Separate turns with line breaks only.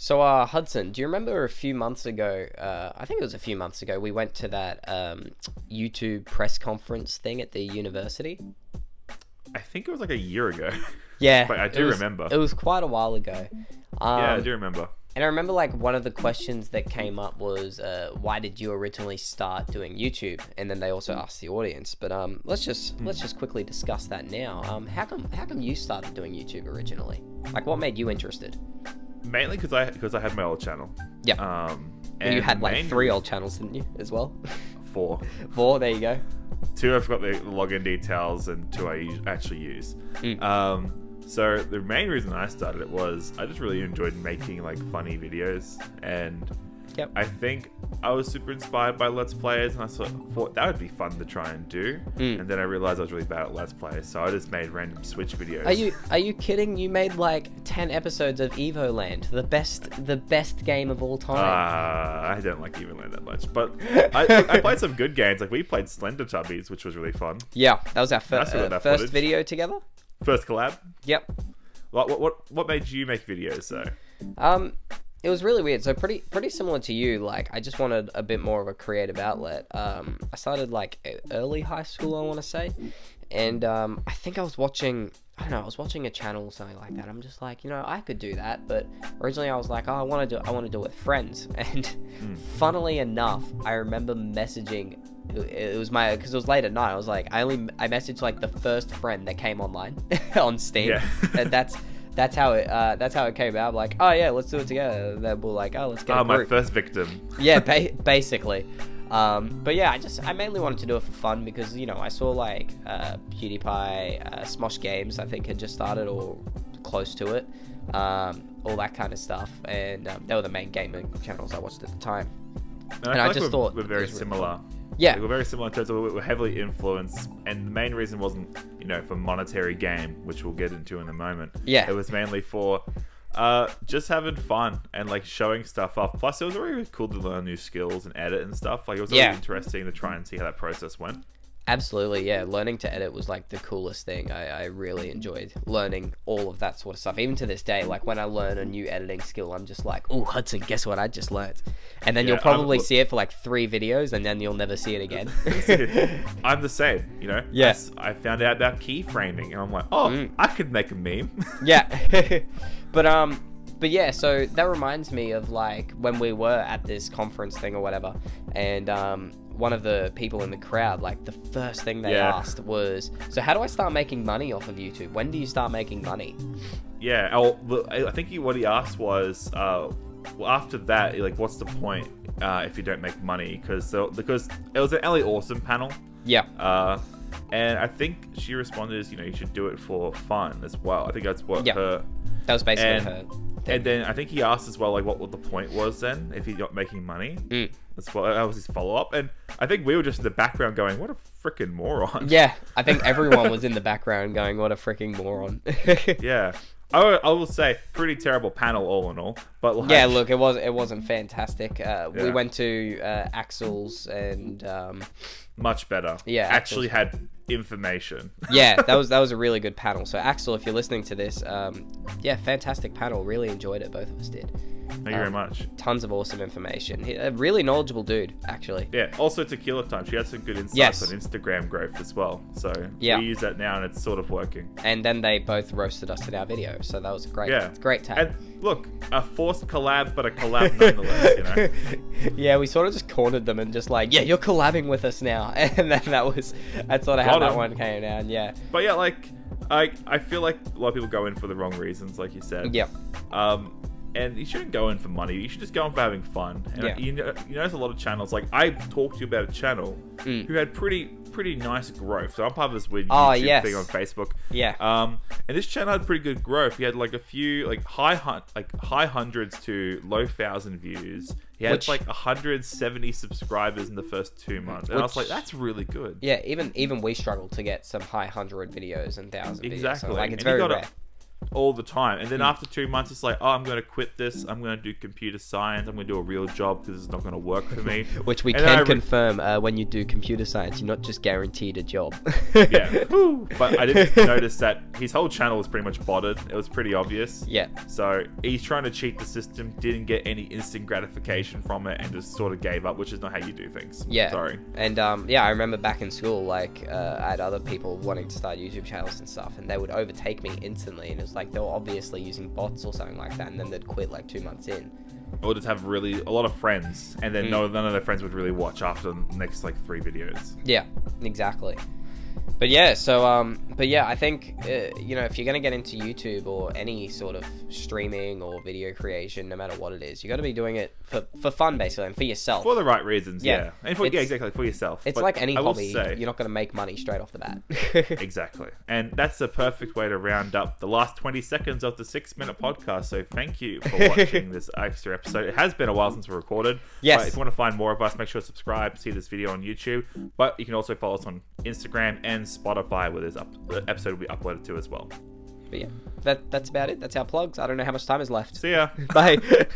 So, uh, Hudson, do you remember a few months ago? Uh, I think it was a few months ago. We went to that um, YouTube press conference thing at the university.
I think it was like a year ago.
Yeah,
But I
it
do
was-
remember.
It was quite a while ago. Um,
yeah, I do remember.
And I remember like one of the questions that came up was, uh, "Why did you originally start doing YouTube?" And then they also asked the audience. But um, let's just
Hmm.
let's just quickly discuss that now. Um, how come how come you started doing YouTube originally? Like, what made you interested?
Mainly because I because I had my old channel.
Yeah.
Um.
And you
and
had like
mainly-
three old channels, didn't you? As well,
four.
four. There you go.
Two I forgot the login details, and two I u- actually use.
Mm.
Um. So the main reason I started it was I just really enjoyed making like funny videos, and
Yep.
I think I was super inspired by Let's Players, and I sort of thought that would be fun to try and do.
Mm.
And then I realized I was really bad at Let's Players, so I just made random Switch videos.
Are you are you kidding? You made like ten episodes of Evoland, the best the best game of all time.
Uh, I don't like Evenland that much, but I, I played some good games. Like we played Slender Chubbies, which was really fun.
yeah, that was our fir-
That's all
uh,
about that
first
footage.
video together.
First collab.
Yep.
What what what, what made you make videos though?
Um, it was really weird. So pretty pretty similar to you. Like I just wanted a bit more of a creative outlet. Um, I started like e- early high school, I want to say, and um, I think I was watching. I don't know. I was watching a channel or something like that. I'm just like, you know, I could do that, but originally I was like, oh, I want to do, I want to do it with friends. And funnily enough, I remember messaging. It it was my because it was late at night. I was like, I only I messaged like the first friend that came online on Steam.
Yeah.
That- that's that's how it uh, that's how it came out. Like, oh yeah, let's do it together. And then we're like, oh, let's get
Ah,
a
my
group.
first victim.
yeah, ba- basically. Um, but yeah, I just I mainly wanted to do it for fun because you know I saw like uh, PewDiePie, uh, Smosh Games I think had just started or close to it, um, all that kind of stuff, and um, they were the main gaming channels I watched at the time.
And
I
feel
just
we're,
thought
we're
that
very
these were-
similar.
Yeah,
Like, we're very similar in terms of we- we're heavily influenced, and the main reason wasn't you know for monetary gain, which we'll get into in a moment.
Yeah.
it was mainly for. Uh, just having fun and like showing stuff off. Plus, it was really cool to learn new skills and edit and stuff. Like, it was really
Yeah.
interesting to try and see how that process went.
Absolutely, yeah. Learning to edit was like the coolest thing. I, I really enjoyed learning all of that sort of stuff. Even to this day, like when I learn a new editing skill, I'm just like, oh, Hudson, guess what I just learned? And then
Yeah,
you'll probably
I'm-
see it for like three videos and then you'll never see it again.
I'm the same, you know.
Yeah. Mm.
Yes, I found out about keyframing, and I'm like, oh, I could make a meme.
yeah. but, um, but yeah, so that reminds me of like when we were at this conference thing or whatever, and, um, one of the people in the crowd, like the first thing they
Yeah.
asked was, "So how do I start making money off of YouTube? When do you start making money?"
yeah. Oh, look, I I think he, what he asked was, uh, well, after that, like, what's the point uh, if you don't make money? Because because it was an Ellie Awesome panel,
Yeah,
uh, and I think she responded as, you know, you should do it for fun as well. I think that's what
Yeah.
her.
That was basically
And,
her.
and then I think he asked as well, like, what, what the point was then if you're not making money.
Mm.
That's what that was his follow up, and I think we were just in the background going, "What a freaking moron!"
Yeah, I think everyone was in the background going, "What a freaking moron!"
Yeah. I will, I will say, pretty terrible panel all in all. But like,
yeah, look, it was it wasn't fantastic. Uh, We
Yeah.
went to uh, Axel's and um,
much better.
Yeah,
Actually had information.
yeah, that was that was a really good panel. So Axel, if you're listening to this, um, yeah, fantastic panel. Really enjoyed it. Both of us did.
Thank you very
um,
much.
Tons of awesome information. He- A really knowledgeable dude, actually.
Yeah. Also, Tequila Time. She had some good insights
Yes.
on Instagram growth as well. So
Yeah.
we use that now, and it's sort of working.
And then they both roasted us in our video, so that was a great.
Yeah.
great tag.
And look, a forced collab, but a collab nonetheless. you know.
yeah, we sort of just cornered them and just like, yeah, you're collabing with us now, and then that was that's sort of how
Got
that
'em.
one came down. Yeah,
But yeah, like, I I feel like a lot of people go in for the wrong reasons, like you said.
yep,
Um, and you shouldn't go in for money. You should just go in for having fun. And
Yeah.
you know, you notice a lot of channels. Like I talked to you about a channel
Mm.
who had pretty pretty nice growth. So I'm part of this weird
Oh,
YouTube
yes.
thing on Facebook.
yeah,
Um, and this channel had pretty good growth. He had like a few like high hun- like high hundreds to low thousand views. He had
Which-
like 170 subscribers in the first two months, and I was
Which-
like, that's really good.
yeah. Even even we struggled to get some high hundred videos and thousand videos. so,
Exactly.
like it's
And he
very
got a-
rare. Hmm.
all the time. And then after two months, it's like, oh, I'm going to quit this. I'm going to do computer science. I'm going to do a real job because it's not going to work for me.
Which we
And then I
can
re-
confirm uh, when you do computer science, you're not just guaranteed a job.
yeah. but I didn't notice that his whole channel was pretty much botted. It was pretty obvious.
Yeah.
So he's trying to cheat the system, didn't get any instant gratification from it, and just sort of gave up, which is not how you do things.
Yeah.
Sorry.
And um, yeah, I remember back in school, like uh, I had other people wanting to start YouTube channels and stuff, and they would overtake me instantly, and it was like they were obviously using bots or something like that, and then they'd quit like two months in.
Or just have really a lot of friends, and
Hmm.
then no, none of their friends would really watch after the next like three videos.
Yeah, exactly. But yeah, so um, but yeah, I think uh, you know if you're gonna get into YouTube or any sort of streaming or video creation, no matter what it is, you got to be doing it for for fun basically and for yourself.
For the right reasons,
Yeah.
yeah. And for, yeah,
It's-
exactly, for yourself.
it's
But
like any
I will
hobby;
say-
you're not gonna make money straight off the bat.
Exactly. And that's the perfect way to round up the last 20 seconds of the six minute podcast. So thank you for watching this extra episode. It has been a while since we recorded.
Yes.
But if you want to find more of us, make sure to subscribe, see this video on YouTube. But you can also follow us on Instagram and Spotify where this up- the episode will be uploaded to as well.
but yeah, that that's about it. That's our plugs. I don't know how much time is left.
See ya.
Bye.